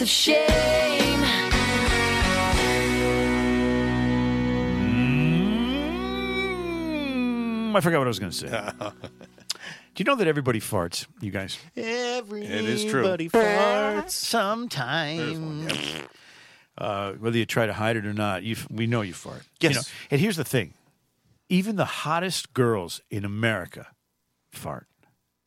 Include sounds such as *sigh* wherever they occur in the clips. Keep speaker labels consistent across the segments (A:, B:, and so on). A: of shame.
B: Mm, I forgot what I was going to
C: *laughs*
B: say. Do you know that everybody farts, you guys?
C: Everybody
D: is true.
C: farts.
B: Sometimes. Uh, whether you try to hide it or not, you f- we know you fart. You
C: Yes.
B: know, and here's the thing even the hottest girls in America fart.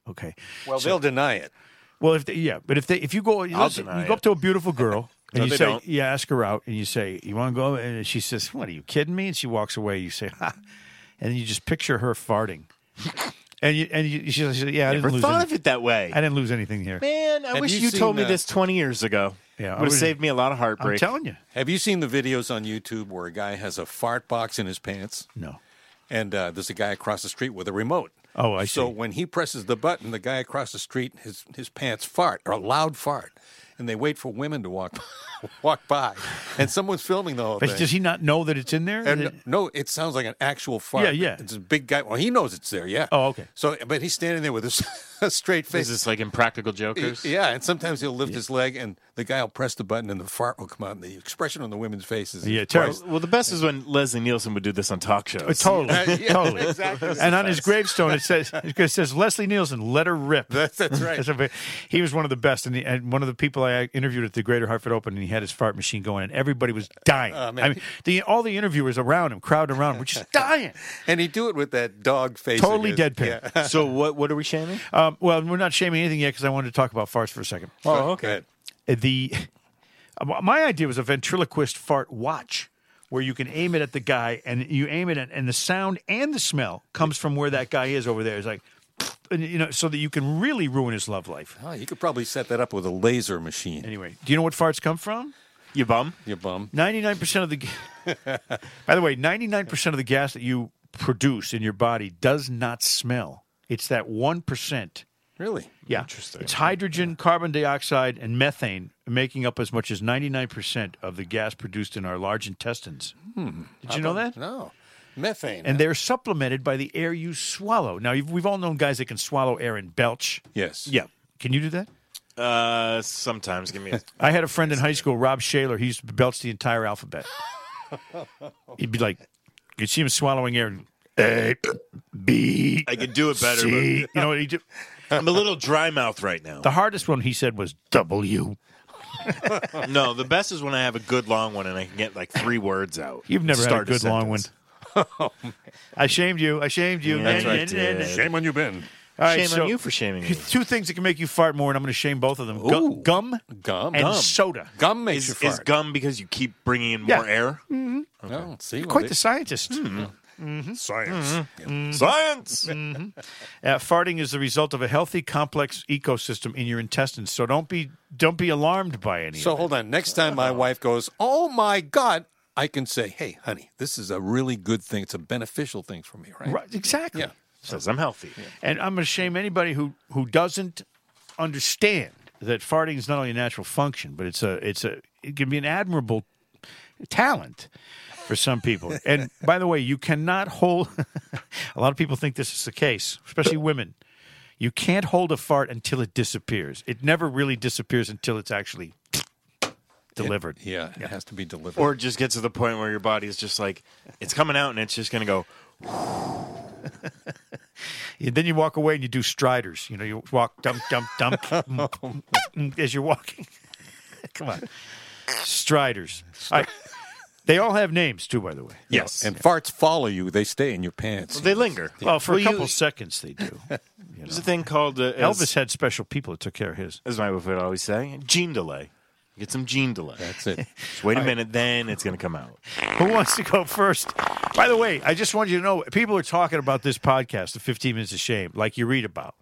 B: Okay.
D: Well, they'll deny it.
B: Well, if they, yeah, but if they if you go you,
D: I'll
B: listen,
D: deny
B: you go
D: it.
B: up to a beautiful
D: *laughs*
B: girl and
D: No,
B: you
D: they
B: say
D: don't.
B: you ask her out and you say you want to go and she says what are you kidding me and she walks away you say ha and you just picture her
D: *laughs*
B: farting and you and you, she says yeah I
C: Never
B: didn't lose
C: thought
B: any-
C: of it that way.
B: I didn't lose anything here
C: Man, I
D: Have
C: wish
D: you
C: you,
D: seen,
C: told me
D: uh,
C: this 20 years ago.
B: Yeah, I
C: would have
B: would've-
C: saved me a lot of
B: I'm
C: heartbreak.
B: telling you
D: Have you seen the videos on YouTube where a guy has a fart box in his pants?
B: no
D: And uh, there's a guy across the street with a remote.
B: Oh, I
D: so
B: see.
D: when he presses the button, the guy across the street, his his pants fart or a loud fart, and they wait for women to walk *laughs* walk by, and someone's filming the whole
B: but
D: thing.
B: does he not know that it's in there
D: And
B: That- *laughs*
D: no, it sounds like an actual fart.
B: Yeah, yeah.
D: It's a big guy. Well, he knows it's there. Yeah.
B: Oh, okay.
D: So, but he's standing there with a, s- a *laughs* straight face.
C: Is this like impractical
D: Y-
C: jokers?
D: Yeah, and sometimes he'll lift his leg, and the guy will press the button, and the fart will come out, and the expression on the women's faces. is
B: Yeah,
D: priceless.
B: terrible.
C: Well, the best is when Leslie Nielsen would do this on talk shows.
B: Uh, totally
D: *laughs* yeah,
B: totally
D: exactly.
B: and on his gravestone it
D: *laughs*
B: says it says Leslie Nielsen let her rip
D: That's,
B: *laughs*
D: that's right.
B: That's a bit- he was one of the best, and, the, and one of the people I interviewed at the Greater Hartford Open, and he had his fart machine going, and everybody was dying.
D: Oh, man.
B: I mean, the, all the interviewers around him, crowd around, were
D: *laughs*
B: just dying.
D: and he do it with that dog face. of
B: Totally
D: his.
B: deadpan. *laughs*
D: Yeah. *laughs*
C: so what? What are we shaming?
B: Um, well, we're not shaming anything yet because I wanted to talk about farts for a second.
C: Oh,
D: Go ahead.
B: The *laughs* my idea was a ventriloquist fart watch. Where you can aim it at the guy, and you aim it, at, and the sound and the smell comes from where that guy is over there. It's like, *sniffs* and, you know, so that you can really ruin his love life.
D: Oh, you could probably set that up with a laser machine.
B: Anyway, do you know what farts come from?
C: You bum?
D: You bum.
B: Ninety-nine percent of the. g- *laughs* By the way, ninety-nine percent of the gas that you produce in your body does not smell. It's that one percent.
D: Really?
B: Yeah,
C: Interesting.
B: It's hydrogen, carbon dioxide, and methane making up as much as ninety-nine percent of the gas produced in our large intestines.
C: Hmm.
B: Did you know that?
D: No. Methane.
B: And they're supplemented by the air you swallow. Now you've, we've all known guys that can swallow air and belch.
D: yes.
B: Can you do that?
C: Uh, sometimes give me. A,
B: I had a friend in high school, Rob Shaler. He used to belch the entire
C: *laughs*
B: alphabet. He'd be like, you'd see him swallowing air. And, A, B,
C: I could do it better.
B: C. You know, he did-
C: But I'm a little dry mouth right now.
B: the hardest one he said was W.
C: No, the best is when I have a good long one and I can get like three words out.
B: You've
C: to
B: never had a
C: start
B: good long one.
C: sentence. *laughs* Oh,
B: I shamed you. I shamed you.
C: That's right, Dad.
D: Shame on you, Ben.
B: All right,
C: Shame
B: so
C: on you for shaming me.
B: Two things that can make you fart more, and I'm going to shame both of them: Gu-
D: Ooh.
B: gum,
D: Gum.
B: and
D: gum.
B: soda.
D: Gum makes
C: Is,
D: you
C: is
D: fart.
C: gum because you keep bringing in more
B: Yeah.
C: air?
D: No, see,
B: Quite
D: well,
B: mm-hmm.
D: they-
B: the scientist.
C: Hmm.
D: science.
C: Science.
B: Uh, farting is the result of a healthy, complex ecosystem in your intestines. So don't be don't be alarmed by any.
D: So
B: of it.
D: hold on. Next time my wife goes, "Oh my God," I can say, "Hey, honey, this is a really good thing. It's a beneficial thing for me, right?"
B: Right, exactly.
D: Yeah.
C: Says I'm healthy.
B: And I'm going to shame anybody who, who doesn't understand that farting is not only a natural function, but it's a it's a it can be an admirable talent for some people. and by the way, you cannot hold. *laughs* a lot of people think this is the case, especially women. You can't hold a fart until it disappears. It never really disappears until it's actually delivered.
D: Yeah, it has to be delivered.
C: Or just get to the point where your body is just like it's coming out and it's just gonna go.
B: And then you walk away and you do striders. You know, you walk dump, dump, dump mm, mm, as you're walking. *laughs* Come on. Striders. I, they all have names, too, by the way.
C: Yes.
D: and farts follow you. They stay in your pants.
C: They linger.
B: Well, for a
C: you-
B: couple seconds, they do. You know.
C: There's a thing called uh, as-
B: Elvis had special people that took care of his.
C: as my wife would always say, gene delay. Get some gene delay.
D: That's it.
C: Just wait a minute, then it's going to come out.
B: Who wants to go first? By the way, I just want you to know people are talking about this podcast, The 15 Minutes of Shame, like you read about.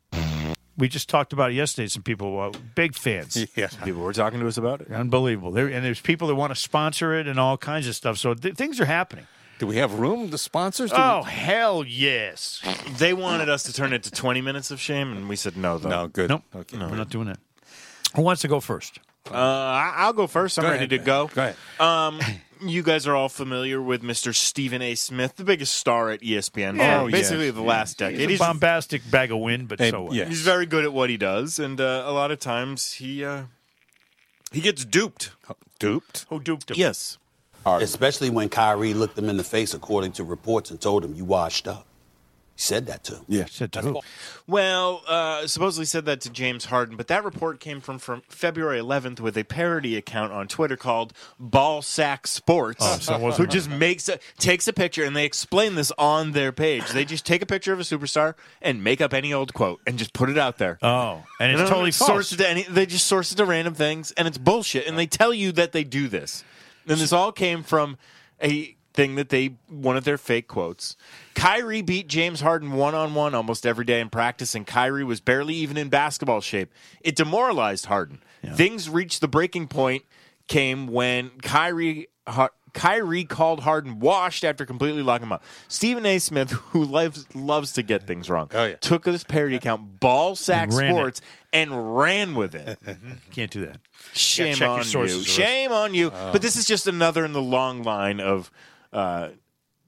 B: We just talked about it yesterday. Some people, uh, big fans.
D: Yeah.
C: People were talking to us about it.
B: Unbelievable. There, and there's people that want to sponsor it and all kinds of stuff. So th- things are happening.
D: Do we have room? The sponsors? Do
B: Oh, hell yes.
C: They wanted us to turn it to 20 minutes of shame, and we said no, though.
D: we? No, good.
B: Nope.
D: Okay.
B: We're not doing that. Who wants to go first?
C: Uh, I- I'll go first. I'm
D: Go
C: ready
D: ahead,
C: to
D: Ben.
C: go.
D: Go ahead.
C: Um, you guys are all familiar with Mr. Stephen A. Smith, the biggest star at E ESPN.
B: Yeah.
D: Oh,
C: basically
D: yes.
C: the last decade. He's,
B: bombastic bag of wind, but
D: Hey,
B: so what?
D: yeah.
C: he's very good at what he does, and uh, a lot of times he uh, He gets duped.
D: Duped.
B: Who duped him?
C: Yes.
A: Especially when Kyrie looked him in the face, according to reports, and told him, You washed up. He said that to him. Yeah.
B: Said to who?
C: Well, uh, supposedly said that to James Harden, but that report came from, from February 11th with a parody account on Twitter called Ball Sack Sports, who just makes a, takes a picture and they explain this on their page. They just take a picture of a superstar and make up any old quote and just put it out there.
B: Oh, and
C: They
B: it's
C: don't
B: totally
C: source
B: false.
C: it to any. They just source it to random things, and it's bullshit. And they tell you that they do this. And this all came from a thing that they one of their fake quotes. Kyrie beat James Harden one on one almost every day in practice, and Kyrie was barely even in basketball shape. It demoralized Harden. Things reached the breaking point. Came when Kyrie. Har- Kyrie called Harden washed after completely locking him up. Stephen A. Smith, *laughs* who loves loves to get things wrong,
D: Oh, yeah.
C: took this parody account, ball sack
B: ran it.
C: sports, and ran with
D: *laughs*
C: it.
B: Can't do that. Yeah,
C: Shame
B: check your
C: on you.
B: sources, Russ.
C: Shame on you.
D: Oh.
C: But this is just another in the long line of uh,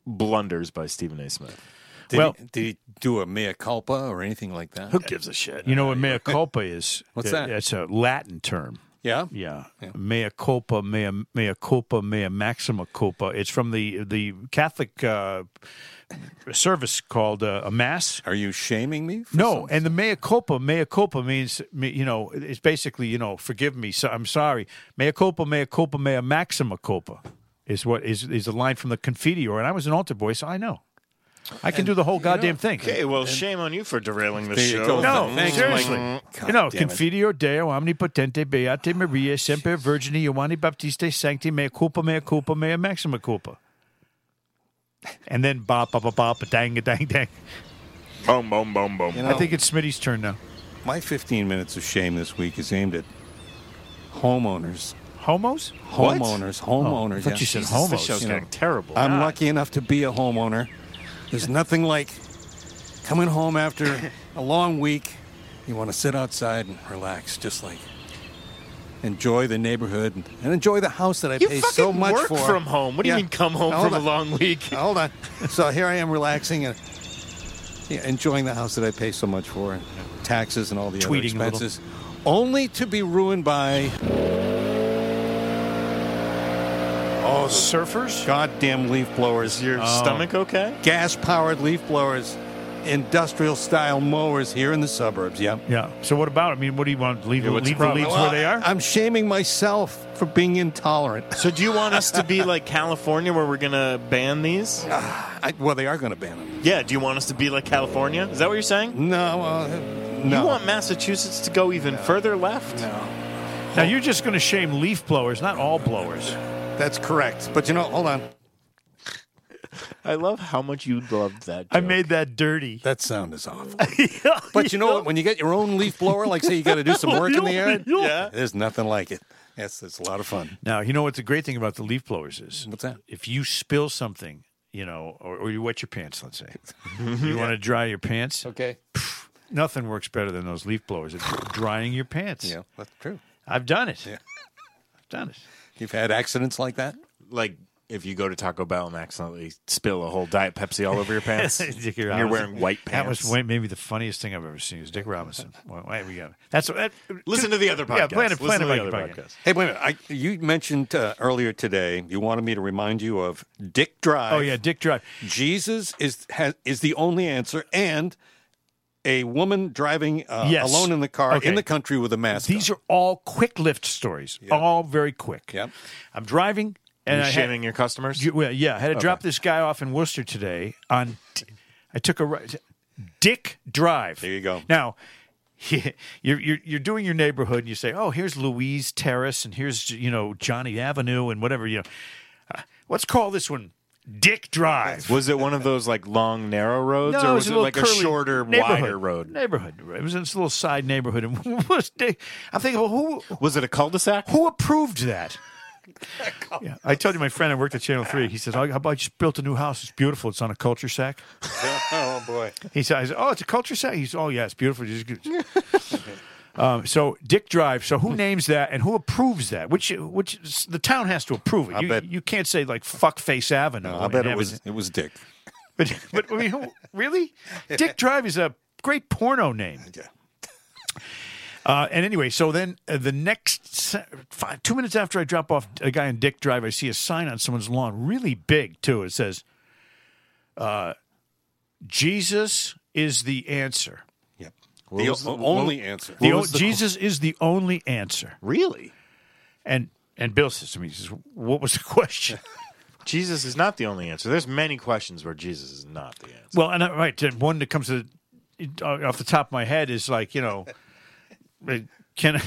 C: blunders by Stephen A. Smith.
D: Did
B: Well-
D: he, did he do a mea culpa or anything like that?
C: Who gives a shit?
B: You know what mea culpa is?
D: What's that?
B: It's a Latin term.
D: Yeah.
B: Yeah. Mea culpa, mea, mea culpa, mea maxima culpa. It's from the the Catholic uh, service called uh, a mass.
D: Are you shaming me? for
B: No,
D: something?
B: and the mea culpa, mea culpa means, me- you know, it's basically, you know, forgive me, so I'm sorry. Mea culpa, mea culpa, mea maxima culpa is what is is a line from the Confidior, and I was an altar boy, so I know. I can do the whole goddamn thing.
C: Okay, well, shame on you for derailing this
D: There you
C: show.
D: go.
B: No,
D: Thank you,
B: seriously.
D: Mike. God
B: you know,
D: damn it.
B: Confidio Deo, Omnipotente, Beate Maria, Semper Virgine, Giovanni Baptiste, Sancti, Mea Culpa, Mea Culpa, Mea Maxima Culpa. And then ba ba ba ba ba dang a dang dang.
C: Boom, boom, boom, boom.
D: You
B: I
D: know,
B: think it's Smitty's turn now.
D: my 15 minutes of shame this week is aimed at homeowners.
B: Homos?
D: Homeowners. Homeowners.
B: I thought
D: yeah.
B: you said
D: Jesus,
B: homos.
D: this show's
B: You
C: It's getting
D: getting Ah.
C: terrible.
D: I'm
B: God.
D: lucky enough to be a homeowner. There's nothing like coming home after a long week. You want to sit outside and relax, just like enjoy the neighborhood and, and enjoy the house that I
C: you
D: pay
C: fucking
D: so much
C: work
D: for.
C: from home. What do you
D: Yeah.
C: mean come home
D: Hold
C: from
D: on.
C: a long week?
D: *laughs* Hold on. So here I am relaxing and yeah, enjoying the house that I pay so much for, and taxes and all the
B: Tweeting a little.
D: other expenses, only to be ruined by
B: Oh, surfers?
D: goddamn leaf blowers.
C: Your stomach okay?
D: gas powered leaf blowers, industrial style mowers here in the suburbs. Yep.
B: Yeah. So what about? I mean, what do you want? Leave,
C: Yeah, what's
B: leave the
C: the problem?
B: leaves where they are?
D: I'm shaming myself for being intolerant.
C: So do you want us to be like California where we're going to ban these?
D: I, well, they are going to ban them.
C: Yeah, do you want us to be like California? Is that what you're saying?
D: No, uh, no.
C: You want Massachusetts to go even further left?
D: no.
B: now you're just going to shame leaf blowers, not all blowers.
D: That's correct. But you know, hold on.
C: I love how much you loved that.
B: I made that dirty.
D: That sound is awful.
B: *laughs*
D: but you know what? When you get your own leaf blower, like say you got to do some work in the yard,
C: Yeah.
D: there's nothing like it. Yes, it's a lot of fun.
B: Now you know what the great thing about the leaf blowers is.
D: What's that?
B: If you spill something, you know, or, or you wet your pants, let's
C: *laughs*
B: say, you want to dry your pants.
D: Okay.
B: Nothing works better than those leaf blowers. It's drying your pants.
D: Yeah, that's true.
B: I've done it.
D: Yeah.
B: I've done it.
D: You've had accidents like that.
C: like if you go to Taco Bell and accidentally spill a whole Diet Pepsi
B: *laughs*
C: all over your pants, and
B: Dick
C: you're
B: Robinson.
C: wearing white
B: That was
C: pants.
B: way- maybe the funniest thing I've ever seen. Is Dick Robinson? Well, wait, we got that's that,
C: Listen to the other podcast.
B: Yeah, Planet
C: Listen
B: Planet
C: to the
B: Bucket
C: other
B: Bucket.
C: podcast.
D: Hey, wait a minute. I, you mentioned uh, earlier today you wanted me to remind you of Dick Drive.
B: Oh yeah, Dick Drive.
D: Jesus is has, is the only answer, and a woman driving uh,
B: Yes.
D: alone in the car
B: Okay.
D: in the country with a mask.
B: These
D: on.
B: are all quick lift stories. All very quick.
D: Yep.
B: I'm driving and
C: You're
B: I had-
C: shaming your customers.
B: You- well, yeah, I had to drop this guy off in Worcester today. On, I took a ri- Dick Drive. There
D: you go.
B: Now, *laughs* you're, you're you're doing your neighborhood, and you say, "Oh, here's Louise Terrace, and here's you know Johnny Avenue, and whatever." You know, Uh, let's call this one Dick Drive.
C: was it one of those like long narrow roads,
B: No,
C: or was it,
B: little
C: like a
B: curly
C: shorter,
B: neighborhood-
C: wider road?
B: Neighborhood. It was in this little side neighborhood, *laughs* and it was Dick. I'm thinking, well, who
C: Was it a cul-de-sac?
B: who approved
D: *laughs*
B: that? Yeah, I told you my friend I worked at Channel Three. He says, "Oh, "How about you just built a new house? It's beautiful. It's on a culture sack."
D: *laughs* oh boy.
B: He says, "Oh, it's a culture set." He's, "Oh yeah, it's beautiful." Just good." *laughs* um, so Dick Drive. So who names that and who approves that? Which which the town has to approve it. you,
D: bet-
B: you can't say like fuck Face Avenue.
D: I bet
B: and
D: it was
B: everything.
D: it was Dick.
B: But, *laughs* but I mean,
C: *laughs*
B: who- really, Dick Drive is a great porno name.
D: Yeah.
B: Uh, and anyway, so then uh, the next se- five, two minutes after I drop off a guy on Dick Drive, I see a sign on someone's lawn, really big too. It says, uh, "Jesus is the answer.
D: Yep.
C: What
D: the
C: was the-
D: o-
C: what-
D: only answer.
B: The, o-
C: was the qu-
B: Jesus is the only answer."
C: Really?
B: And and Bill says to me, he says, "What was the *laughs* question?"
C: Jesus is not the only answer. There's many questions where Jesus is not the answer.
B: Well, and uh, right, the one that comes to the, uh, off the top of my head is like you know, *laughs* uh, can I,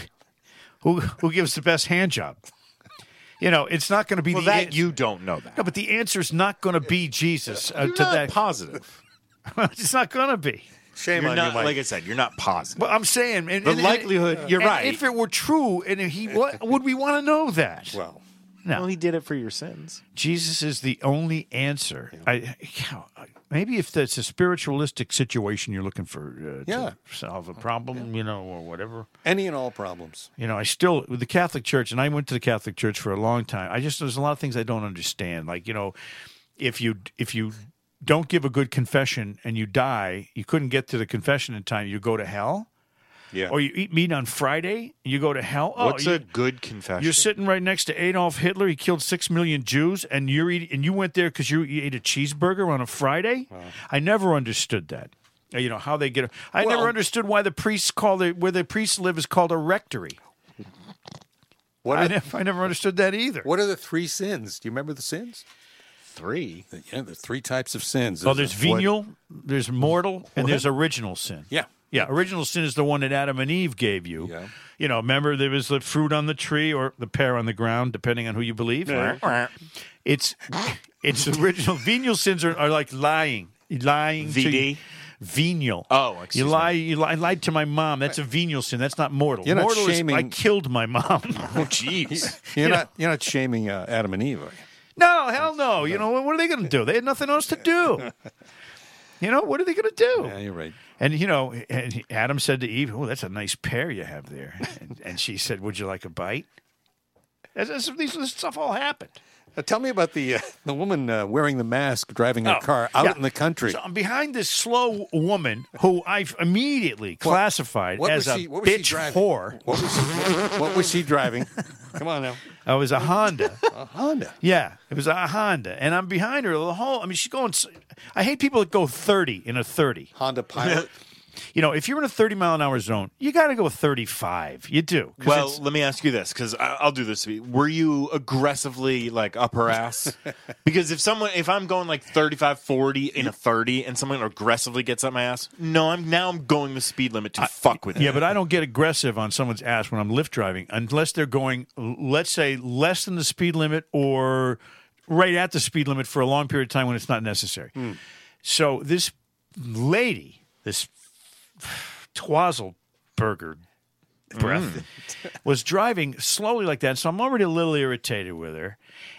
B: who who gives the best hand job? You know, it's not going to be
C: Well,
B: the
C: that
B: ans-
C: you don't know that.
B: No, but the answer is not going to be Jesus uh,
C: You're
B: to
C: not
B: that.
C: positive.
B: *laughs* it's not going to be.
E: Shame
C: You're
E: on
C: not,
E: you, Mike.
C: like I said, you're not positive.
B: Well, I'm saying and,
C: The
B: and- and-
C: likelihood- you're
B: and
C: right.
B: If it were true, and if he what would we want to know that?
E: well,
B: Well,
C: he did it for your sins.
B: Jesus is the only answer. I, yeah, maybe if that's a spiritualistic situation you're looking for uh,
D: Yeah.
B: to solve a problem, you know, or whatever.
D: Any and all problems.
B: You know, I still with the Catholic Church, and I went to the Catholic Church for a long time. I just there's a lot of things I don't understand. Like you know, if you if you don't give a good confession and you die, you couldn't get to the confession in time. You go to hell,
D: Yeah.
B: or you eat meat on Friday, and you go to hell. Oh,
C: What's
B: you,
C: a good confession?
B: you're sitting right next to Adolf Hitler. He killed six million Jews, and you're eating, and you went there because you, you ate a cheeseburger on a Friday. I never understood that. Uh, You know how they get. I never
D: Well-
B: understood why the priests call the where the priests live is called a rectory.
D: what,
B: I
D: are,
B: never, I never understood that either.
D: what are the three sins? Do you remember the sins?
C: three.
D: The, yeah, the three types of sins.
B: Well,
D: isn't
B: Oh, there's
D: it?
B: venial, there's mortal, and there's original sin.
D: Yeah.
B: Yeah, original sin is the one that Adam and Eve gave you.
D: Yeah.
B: You know, remember there was the fruit on the tree or the pear on the ground, depending on who you believe. It's it's original. Venial sins are, are like lying, lying.
C: VD?
B: To, venial.
C: Oh, excuse
B: you
C: me.
B: lie. You lie, I lied to my mom. That's a venial sin. That's not mortal.
D: You're not
B: mortal
D: shaming-
B: is I killed my
D: *laughs*
B: mom.
C: *laughs*
B: *laughs*
C: Oh, jeez.
D: You're not you're not shaming uh, Adam and Eve, are you?
B: no, hell no. You know what? What are they going to do? They had nothing else to do. You know what are they going to do?
D: Yeah, you're right.
B: And you know, and he- Adam said to Eve, "Oh, that's a nice pear you have there." And, and she said, "Would you like a bite?" That's, that's, these- this stuff all happened.
D: Uh, tell me about the uh, the woman uh, wearing the mask driving her
B: Oh,
D: car out
B: yeah.
D: in the country.
B: So I'm behind this slow woman who I've immediately classified
D: what
B: as
D: was
B: a
D: she- what was she
B: bitch
D: driving?
B: whore.
D: What was she, what was
B: *laughs*
D: she driving? Come on now,
B: I was a Honda. *laughs*
D: a Honda.
B: yeah, it was a Honda, and I'm behind her the whole. I mean, she's going. s- I hate people that go 30 in a 30. *laughs*
D: Honda Pilot.
B: You know, if you're in a 30 mile an hour zone, you got to go 35. You do. 'Cause
C: Well,
B: it's-
C: let me ask you this because I'll do this. to you. Were you aggressively like up
B: *laughs*
C: her ass? because if someone, if I'm going like 35, 40 in a 30 and someone aggressively gets up my ass, no, I'm now I'm going the speed limit to fuck with
B: Yeah,
C: you.
B: but I don't get aggressive on someone's ass when I'm lift driving unless they're going, l- let's say, less than the speed limit or right at the speed limit for a long period of time when it's not necessary. So this lady, this twazzle burger breath, *laughs* was driving slowly like that. So I'm already a little irritated with her.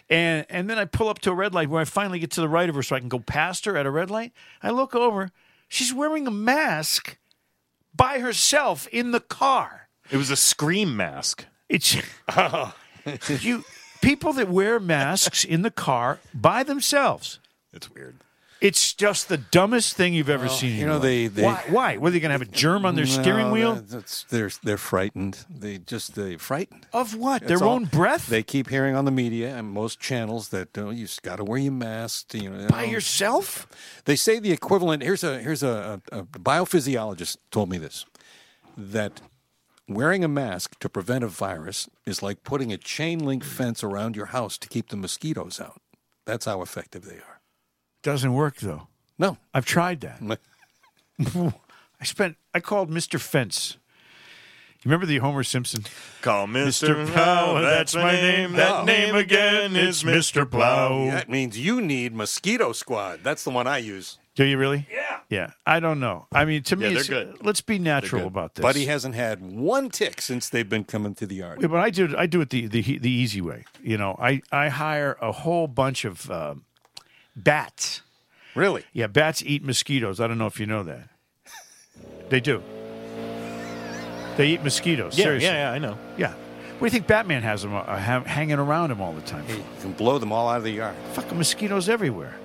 B: And and then I pull up to a red light where I finally get to the right of her so I can go past her at a red light. I look over, she's wearing a mask by herself in the car.
C: It was a scream mask.
B: It's
D: Oh.
B: *laughs* you people that wear masks in the car by themselves.
C: It's weird.
B: It's just the dumbest thing you've ever seen. in
D: you
B: your
D: know,
B: life.
D: they- they-
B: why? Why? Were they going to have a germ on their steering
D: No,
B: wheel
D: that- That's, they're they're frightened. They just they frightened.
B: of what?
D: That's
B: Their
D: all.
B: own breath
D: They keep hearing on the media and most channels that oh, you got to wear your mask. You know, oh,
B: by yourself?
D: They say the equivalent. Here's a here's a, a, a biophysiologist told me this that wearing a mask to prevent a virus is like putting a chain link fence around your house to keep the mosquitoes out. That's how effective they are.
B: Doesn't work though.
D: No,
B: I've tried that.
D: *laughs*
B: I spent. I called Mister Fence. You remember the Homer Simpson?
C: Call Mr.
B: Plow, that's my name. That name again is Mr. Plow.
D: that means you need Mosquito Squad. That's the one I use.
B: Do you really? Yeah. Yeah. I don't know. I mean, to me,
C: they're
B: it's,
C: good.
B: let's be natural about this.
D: Buddy hasn't had one tick since they've been coming to the yard.
B: Yeah, but I do. I do it the the, the easy way. You know, I I hire a whole bunch of um, bats.
D: Really?
B: Yeah, bats eat mosquitoes. I don't know if you know that. They do. They eat mosquitoes.
C: Yeah,
B: seriously.
C: yeah, yeah, I know.
B: Yeah. What do you think Batman has them uh, ha- hanging around him all the time?
D: You can blow them all out of the yard.
B: Fucking mosquitoes everywhere.